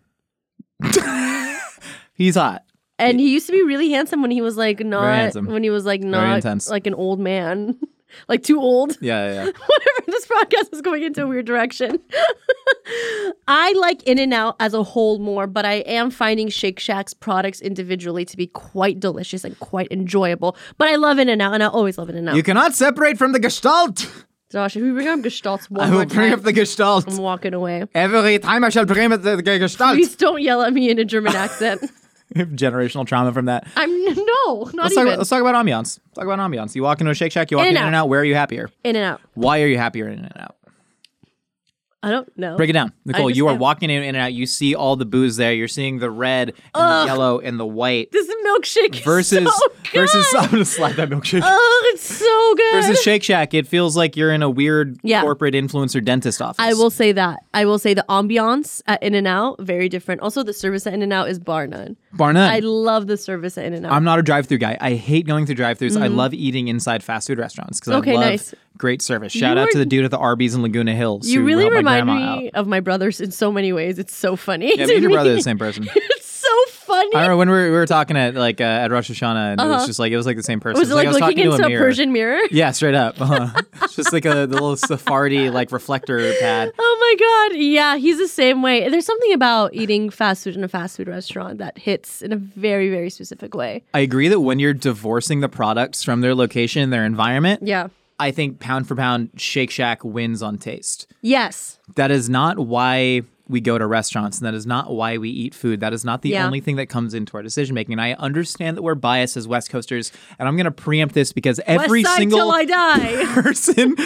He's hot.
and he used to be really handsome when he was like not
handsome.
when he was like not
intense.
like an old man, *laughs* like too old. *laughs*
Yeah, yeah. yeah.
Whatever. This podcast is going into a weird direction. *laughs* I like In and Out as a whole more, but I am finding Shake Shack's products individually to be quite delicious and quite enjoyable. But I love In and Out, and I always love In and Out.
you cannot separate from the Gestalt.
Josh, if we bring up Gestalts one
*laughs* I
more
will bring
time,
up the Gestalt
I'm walking away.
every time. I shall bring up the, the Gestalt.
Please don't yell at me in a German accent.
*laughs* Generational trauma from that.
I'm *laughs* no, not
Let's talk,
even
about, let's talk about ambiance. Let's Talk about ambiance. You walk into a Shake Shack. You walk
In
in,
and
and out. Where are you happier?
in and out.
Why are you happier in and out?
I don't know.
Break it down, Nicole.
just
You are
am-
walking in and out. You see all the booze there. You're seeing the red, and the yellow, and the white.
This milkshake is
versus
so good.
versus I'm gonna slap that milkshake.
Oh, it's so good. *laughs*
versus Shake Shack, it feels like you're in a weird
Yeah.
corporate influencer dentist office.
I will say that. I will say the ambiance at In and Out very different. Also, the service at In and Out is bar none.
bar none.
I
I,
love the service at In and Out.
am not a drive-through guy. I hate going through drive-throughs. I love eating inside fast food restaurants because
Mm-hmm. Okay,
I love
nice.
great service. Shout out
were-
to the dude at the Arby's in Laguna Hills.
You
who
really
helped my
remind
grandma
me *laughs*
Out.
of my brothers in so many ways. It's so funny.
Yeah,
to
me and your
me. *laughs*
brother are the same person.
It's so funny.
I remember when we were, we were talking at like uh, at Rosh Hashanah, and it was just like it was like the same person.
Uh-huh. was it like,
I was
looking
talking
into
to
a,
a mirror.
Persian mirror?
Yeah, straight up. Uh-huh. *laughs* it's just like a the little Sephardi like reflector pad.
*laughs* Oh my god. Yeah, he's the same way. There's something about eating fast food in a fast food restaurant that hits in a very, very specific way.
I agree that when you're divorcing the products from their location and their environment,
Yeah.
I think pound for pound, Shake Shack wins on taste.
Yes.
That is not why we go to restaurants, and that is not why we eat food. That is not the
Yeah.
only thing that comes into our decision making. And I understand that we're biased as West Coasters, and I'm going to preempt this because every
West side till
single
I die. *laughs*
person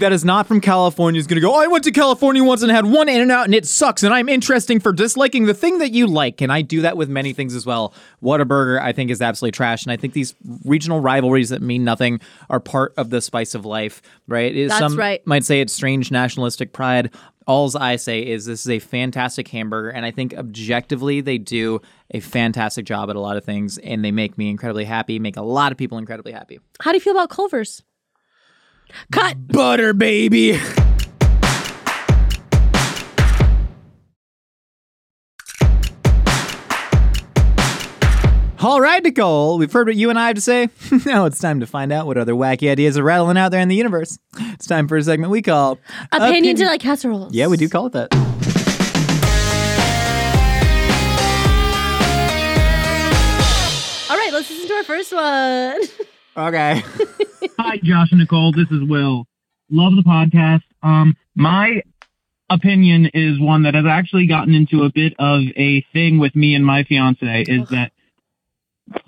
that is not from California is going to go, I went to California once and had one in and out and it sucks and I'm interesting for disliking the thing that you like. And I do that with many things as well. Whataburger, I think, is absolutely trash. And I think these regional rivalries that mean nothing are part of the spice of life, right? It-
That's
Some
right.
might say it's strange nationalistic pride. Alls I say is this is a fantastic hamburger, and I think objectively they do a fantastic job at a lot of things, and they make me incredibly happy, make a lot of people incredibly happy.
How do you feel about Culver's? Cut.
Butter, baby. All right, Nicole, we've heard what you and I have to say. *laughs* now it's time to find out what other wacky ideas are rattling out there in the universe. It's time for a segment we call
Opinion to like casseroles.
Uh, Yeah, we do call it that.
All right, let's listen to our first one.
Okay.
Hi, Josh and Nicole. This is Will. Love the podcast. Um, my opinion is one that has actually gotten into a bit of a thing with me and my fiance is that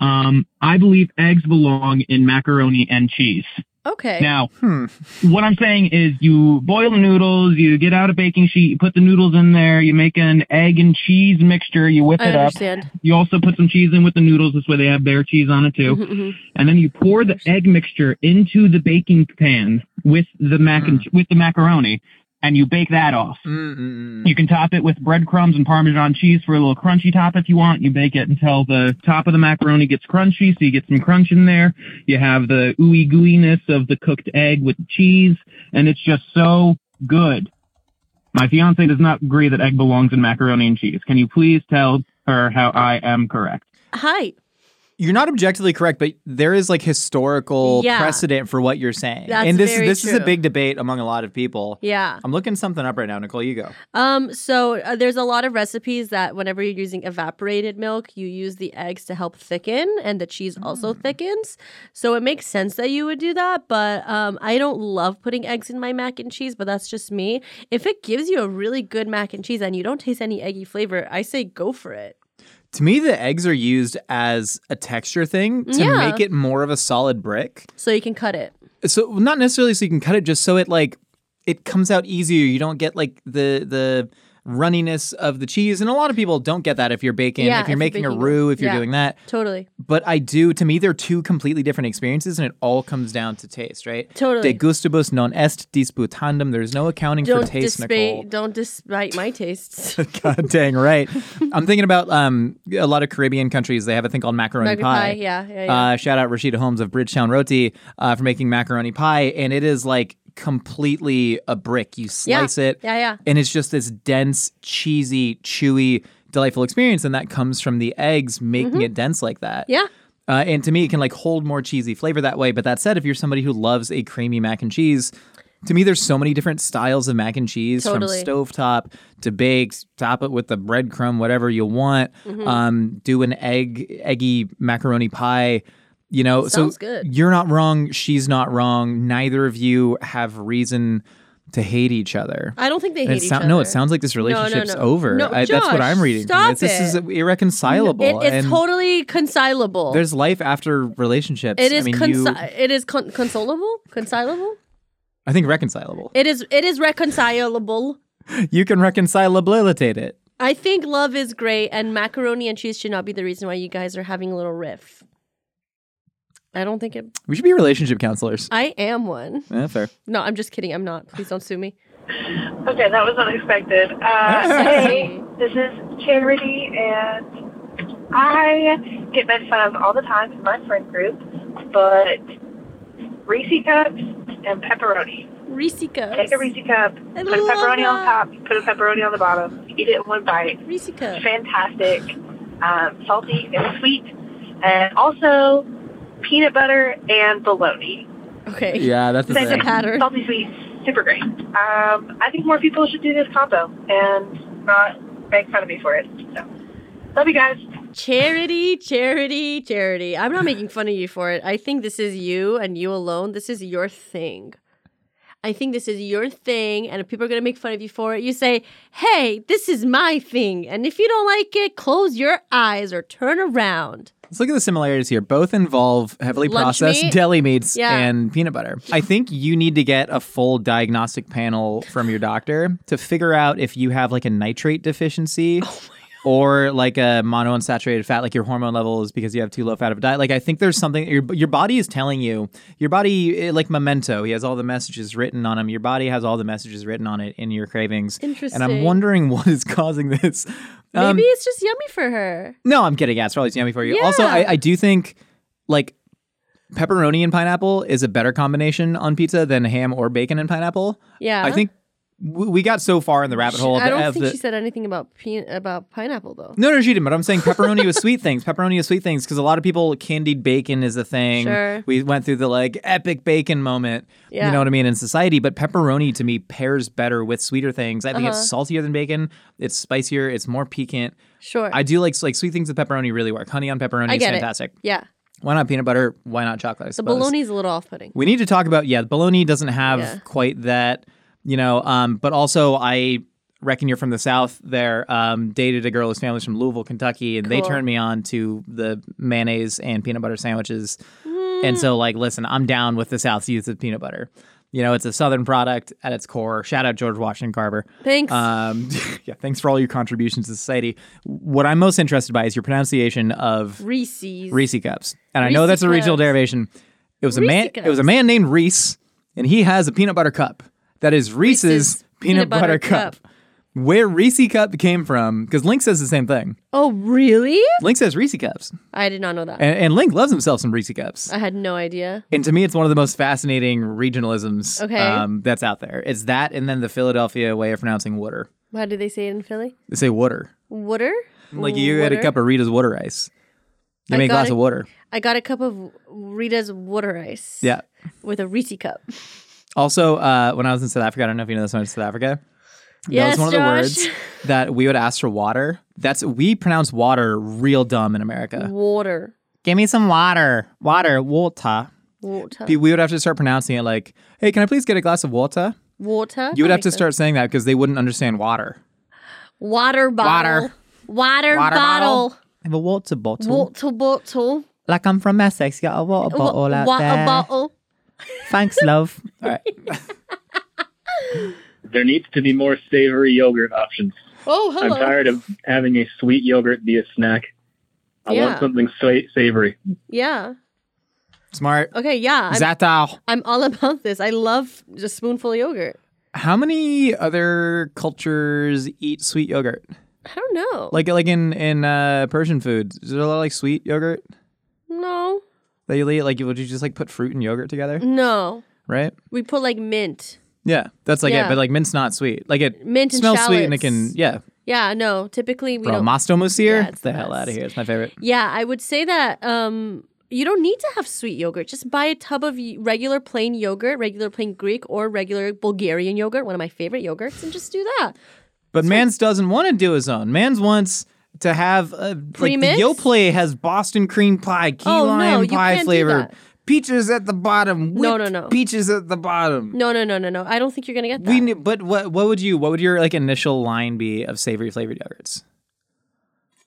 um, I believe eggs belong in macaroni and cheese.
Okay.
Now,
Hmm.
what I'm saying is you boil the noodles, you get out a baking sheet, you put the noodles in there, you make an egg and cheese mixture, you whip
I
it up.
understand.
You also put some cheese in with the noodles. This way they have their cheese on it too
Mhm, mhm.
and then you pour the egg mixture into the baking pan with the mac and with the macaroni, and you bake that off.
Mm-mm-mm.
You can top it with breadcrumbs and Parmesan cheese for a little crunchy top if you want. You bake it until the top of the macaroni gets crunchy, so you get some crunch in there. You have the ooey gooeyness of the cooked egg with the cheese, and it's just so good. My fiance does not agree that egg belongs in macaroni and cheese. Can you please tell her how I am correct?
*laughs* Hi.
*laughs* You're not objectively correct, but there is like historical
Yeah.
precedent for what you're saying.
That's
and this
very
this is a
true.
big debate among a lot of people.
Yeah.
I'm looking something up right now, Nicole. You go.
Um. So uh, there's a lot of recipes that whenever you're using evaporated milk, you use the eggs to help thicken, and the cheese also
Mm.
thickens. So it makes sense that you would do that. But um, I don't love putting eggs in my mac and cheese, but that's just me. If it gives you a really good mac and cheese and you don't taste any eggy flavor, I say go for it.
To me, the eggs are used as a texture thing to
Yeah.
make it more of a solid brick.
So you can cut it.
So not necessarily so you can cut it, just so it like it comes out easier. You don't get like the the runniness of the cheese, and a lot of people don't get that if you're baking,
Yeah,
if you're
if you're
making a
baking it.
roux, if you're
Yeah.
doing that.
Totally.
But I do. To me, they're two completely different experiences, and it all comes down to taste, right?
Totally.
De gustibus non est disputandum. There's no accounting
Don't
for taste, Nicole.
dispa- Don't despite my tastes.
*laughs* God dang right. I'm thinking about um, a lot of Caribbean countries. They have a thing called macaroni
Macaroni
pie.
pie, yeah, yeah, yeah.
Uh, shout out Rashida Holmes of Bridgetown Roti uh, for making macaroni pie, and it is like completely a brick. You slice it,
Yeah, yeah.
and it's just this dense, cheesy, chewy, delightful experience, and that comes from the eggs making it dense like that.
Mm-hmm. yeah.
Uh, and to me, it can like hold more cheesy flavor that way. But that said, if you're somebody who loves a creamy mac and cheese, to me, there's so many different styles of mac and cheese
Totally.
from stovetop to baked. Top it with the breadcrumb, whatever you want.
Mm-hmm.
Um, do an egg, eggy macaroni pie. You know,
Sounds
so
good.
you're not wrong. She's not wrong. Neither of you have reason to hate each other.
I don't think they
And
hate
it
each
sound-
other.
No, it sounds like this relationship's over.
No,
I, that's what
Josh,
I'm reading. from
stop
this. This is
it.
irreconcilable.
It- it's
and-
totally concilable.
there's life after relationships.
it is
I mean,
consi-
you,
it is con- consolable, concilable.
I think reconcilable.
It is it is reconcilable.
You can reconcilabilitate it.
I think love is great, and macaroni and cheese should not be the reason why you guys are having a little riff. I don't think it.
We should be relationship counselors.
I am one.
Yeah, fair.
No, I'm just kidding. I'm not. Please don't sue me.
Okay, that was unexpected. Uh, hey, this is Charity, and I get made fun of all the time in my friend group, but Reese cups and pepperoni.
Reese goes.
Take a Reese cup,
I
put a
love
pepperoni on
that.
top, put a pepperoni on the bottom, eat it in one bite.
Reese cup.
Fantastic, um, salty and sweet, and also peanut butter and bologna.
Okay.
Yeah, that's the
There's
There's a
thing.
pattern.
Salty sweet, super great. Um, I think more people should do this combo and not make fun of me for it. So, love you guys.
Charity, charity, charity. I'm not making fun of you for it. I think this is you and you alone. This is your thing. I think this is your thing, and if people are gonna make fun of you for it, you say, "Hey, this is my thing." And if you don't like it, close your eyes or turn around.
Let's look at the similarities here. Both involve heavily
Lunch
processed
meat?
deli meats
Yeah.
and peanut butter. I think you need to get a full diagnostic panel from your doctor to figure out if you have like a nitrate
*laughs* Oh
deficiency or like a monounsaturated fat, like your hormone levels because you have too low fat of a diet. Like I think there's something your your body is telling you. Your body, eh, like Memento, he has all the messages written on him. Your body has all the messages written on it in your cravings. And I'm
Interesting.
wondering what is causing this. Um,
Maybe it's just yummy for her.
no, I'm kidding. Yeah, it's probably yummy for you. Also,
Yeah.
I, I do think like pepperoni and pineapple is a better combination on pizza than ham or bacon and pineapple.
Yeah,
I think w- we got so far in the rabbit hole. of
I
the-
don't
of
think
the-
she said anything about pe- about pineapple though.
no, no, she didn't. But I'm saying pepperoni with sweet things. Pepperoni with sweet things because a lot of people candied bacon is a thing.
Sure.
We went through the like epic bacon moment.
Yeah.
You know what I mean in society. But pepperoni to me pairs better with sweeter things. I think
Uh-huh.
it's saltier than bacon. It's spicier. It's more piquant.
Sure,
I do like like sweet things with pepperoni really work. Honey on pepperoni
I
is
get
fantastic.
it. Yeah,
Why not peanut butter? Why not chocolate? I
the
suppose.
bologna is a little off-putting.
We need to talk about yeah, the bologna doesn't have
Yeah.
quite that, you know. Um, but also I reckon you're from the south. There um, dated a girl whose family's from Louisville, Kentucky, and they
Cool.
turned me on to the mayonnaise and peanut butter sandwiches.
Hmm.
And so like, listen, I'm down with the South's use of peanut butter. You know, it's a southern product at its core. Shout out George Washington Carver.
Thanks.
Um, *laughs* yeah, thanks for all your contributions to society. What I'm most interested by is your pronunciation of
Reese's.
Reese cups. And I know
Reese
that's a regional
cups.
derivation. It was a
Reese
man
cups.
it was a man named Reese and he has a peanut butter cup. That is Reese's, peanut, butter, cup. Where Reese cup came from cuz Link says the same thing.
Oh, really?
Link says Reese cups.
I did not know that.
And, and Link loves himself some Reese cups.
I had no idea.
And to me it's one of the most fascinating regionalisms
Okay.
um, that's out there. It's that and then the Philadelphia way of pronouncing water.
Why do they say it in Philly?
They say water.
Water?
Like you
Water?
had a cup of Rita's water ice. You
I
make a
got
glass
a-
of water.
I got a cup of Rita's water ice.
Yeah.
With a Reese cup.
Also, uh, when I was in South Africa, I don't know if you know this one, South Africa. That
Yes,
was one
Josh.
of the
*laughs*
words that we would ask for water. That's we pronounce water real dumb in America.
Water.
Give me some water. Water, water.
Water.
We would have to start pronouncing it like, hey, can I please get a glass of water?
water.
You would
That
have to
makes
start saying that because they wouldn't understand water.
sense. Water bottle.
Water.
Water,
Water
bottle.
I have a water bottle.
Water bottle.
Like I'm from Essex, got a water
Wa-
bottle out
water
there.
bottle. *laughs*
Thanks, love. All right.
There needs to be more savory yogurt options.
Oh, hello.
I'm tired of having a sweet yogurt be a snack. I
Yeah.
want something sweet, savory.
Yeah.
Smart.
Okay, yeah. I'm,
Zatao.
I'm all about this. I love just spoonful of yogurt.
How many other cultures eat sweet yogurt?
I don't know.
Like like in in uh, Persian food, is there a lot of like sweet yogurt
no.
that you eat? Like, would you just like put fruit and yogurt
Mm.
together,
No.
right?
We put like mint.
Yeah, that's like
Yeah.
it. But like mint's not sweet. Like it
Mint and
smells sweet and it can
shallots.
yeah.
Yeah, no. Typically we
Bro,
don't
Mosto Musir,
Yeah,
Get
it's
the
the
hell
best.
out of here. It's my favorite.
Yeah, I would say that um you don't need to have sweet yogurt. Just buy a tub of y- regular plain yogurt, regular plain Greek or regular Bulgarian yogurt, one of my favorite yogurts, and just do that.
But Mans doesn't want to do his own. Mans wants to have uh like the
Premix?
Yo Play has Boston cream pie, key
Oh, no,
lime
you
pie
can't do
flavor,
that.
peaches at the bottom.
No,
whipped
no, no.
peaches at the bottom.
No, no, no, no, no. I don't think you're going to get that.
We, knew- but what what would you what would your like initial line be of savory flavored yogurts?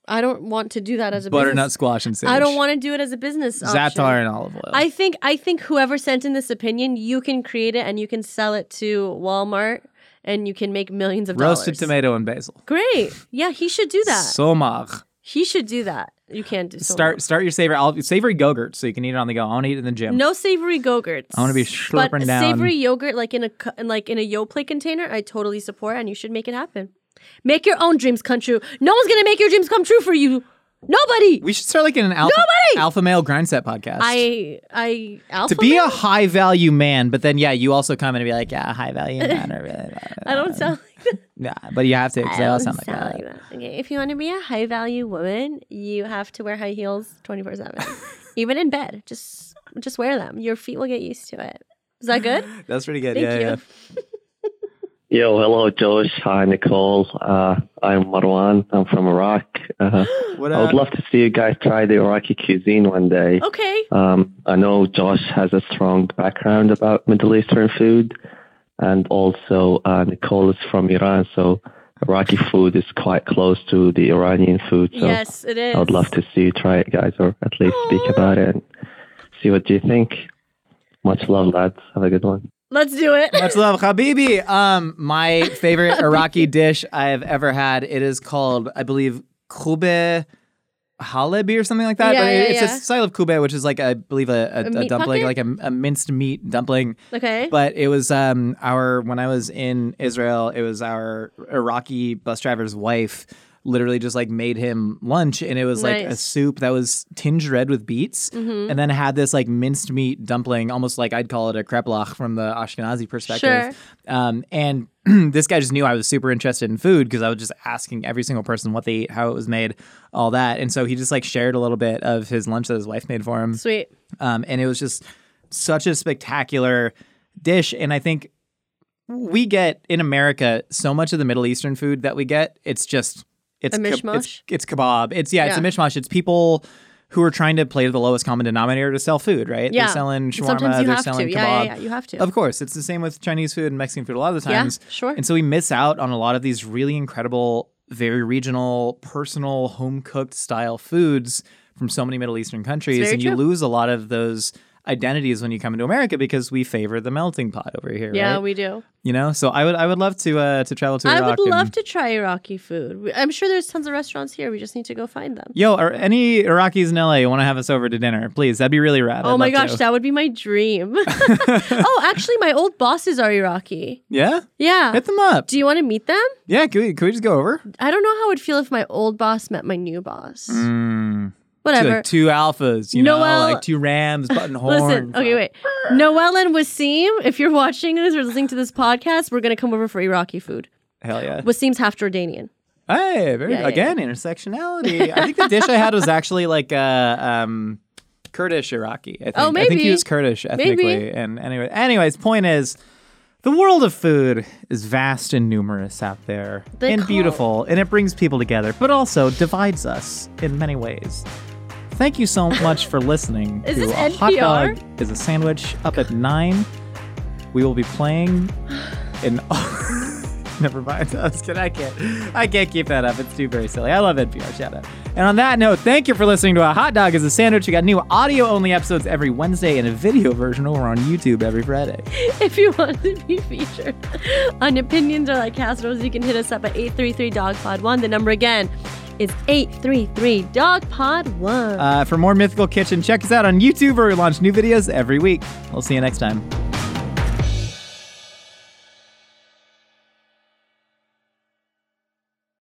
I don't want to do that as a
Butternut
business.
squash and sage.
I don't want to do it as a business option.
Zatar and olive oil.
I think I think whoever sent in this opinion, you can create it and you can sell it to Walmart and you can make millions of
Roasted
dollars.
tomato and basil.
Great. Yeah, he should do that.
Somag.
he should do that. You can't do so
Start start your savory olive savory yogurt so you can eat it on the go. I want to eat it in the gym.
No savory yogurts.
I wanna be
but
slurping down.
savory yogurt, like in a cu- in like in a Yoplait container, I totally support, and you should make it happen. Make your own dreams come true. No one's gonna make your dreams come true for you. Nobody.
We should start like an alpha
Nobody!
alpha male grind set podcast.
I I alpha.
to be a
male?
high value man, but then yeah, you also come in and be like, yeah, high value man. Or really,
*laughs* I don't sound like that.
yeah, but you have to because
I
they all
don't
sound
sound
like that.
like that. Okay, if you want to be a high value woman, you have to wear high heels twenty
*laughs*
four seven, even in bed. Just just
*laughs*
wear them. Your feet will get used to it. Is that good?
That's pretty good.
Thank
yeah,
you.
yeah.
Yo, hello, Josh. Hi, Nicole. Uh, I'm Marwan. I'm from Iraq. Uh,
What
I would love to see you guys try the Iraqi cuisine one day.
Okay.
Um, I know Josh has a strong background about Middle Eastern food, and also uh, Nicole is from Iran, so Iraqi food is quite close to the Iranian food. So
yes, it is.
I would love to see you try it, guys, or at least speak about it and see what you think. Much love, lads. Have a good one.
Let's do it.
*laughs*
Much love, Habibi. Um,
*laughs*
my favorite Iraqi dish I've ever had. It is called, I believe, kube halebi or something like that.
Yeah,
but
yeah,
it's
yeah.
a style of kube, which is like I believe a, a,
A
a
meat
dumpling,
pocket?
like a, a minced meat dumpling.
Okay.
But it was um our when I was in Israel, it was our Iraqi bus driver's wife literally just like made him lunch and it was like a
Nice. Mm-hmm.
soup that was tinged red with beets and then had this like minced meat dumpling almost like I'd call it a kreplach from the Ashkenazi perspective. Um and *clears throat* this guy just knew I was super interested in food because I was just asking every single person what they eat, how it was made, all that. And so he just like shared a little bit of his lunch that his wife made for him
Sweet.
um, and it was just such a spectacular dish. And I think we get in America so much of the Middle Eastern food that we get. It's just it's
A
keb-
mishmash?
it's, it's kebab. It's yeah, it's a
Yeah.
mishmash. It's people who are trying to play to the lowest common denominator to sell food, right?
Yeah.
They're selling
And
shawarma.
Sometimes you
they're
have
selling
to.
kebab.
Yeah, yeah, yeah, you have to.
Of course, it's the same with Chinese food and Mexican food a lot of the
Yeah,
times.
sure.
And so we miss out on a lot of these really incredible, very regional, personal, home cooked style foods from so many Middle Eastern countries.
very
And you
true.
lose a lot of those identities when you come into America because we favor the melting pot over here.
Yeah,
right?
we do.
you know. So I would, I would love to, uh, to travel to
I
Iraq.
would love
and-
to try Iraqi food. We- I'm sure there's tons of restaurants here. We just need to go find them.
Yo, are any Iraqis in LA want to have us over to dinner? Please, that'd be really rad.
Oh
I'd
my
love
gosh,
to.
that would be my
*laughs*
dream. *laughs* oh, actually, my old bosses are Iraqi.
yeah,
Yeah.
hit them up.
Do you want to meet them?
Yeah, could we, could we just go over?
I don't know how it would feel if my old boss met my new boss.
Mm. Two-
Whatever.
Like two alphas, you know,
Noel-
like two rams, button horn.
Listen, okay, wait. Noel and Wasim, if you're watching this or listening to this podcast, we're going to come over for Iraqi food.
Hell yeah.
Wasim's half Jordanian. *laughs*
Hey, very
Yeah, yeah,
again, intersectionality. I think the dish I had was actually like uh, um, Kurdish Iraqi. I think.
Oh,
I think he
maybe.
was Kurdish ethnically.
Maybe.
And anyway, anyways, point is. The world of food is vast and numerous out there
They
and
call-
beautiful, and it brings people together, but also divides us in many ways. Thank you so much for listening
*laughs* Is
to
this
A Hot
NPR?
Dog is a Sandwich up at 9. We will be playing in. *laughs* Never mind. *laughs* I, was kidding. I can't. I can't keep that up. It's too very silly. I love NPR. Shout out. And on that note, thank you for listening to A Hot Dog is a Sandwich. We got new audio only episodes every Wednesday and a video version over on YouTube every Friday.
If you want to be featured on Opinions Are Like Casseroles, you can hit us up at 833 DogPod1. The number again is 833 DogPod1.
Uh, for more Mythical Kitchen, check us out on YouTube where we launch new videos every week. We'll see you next time.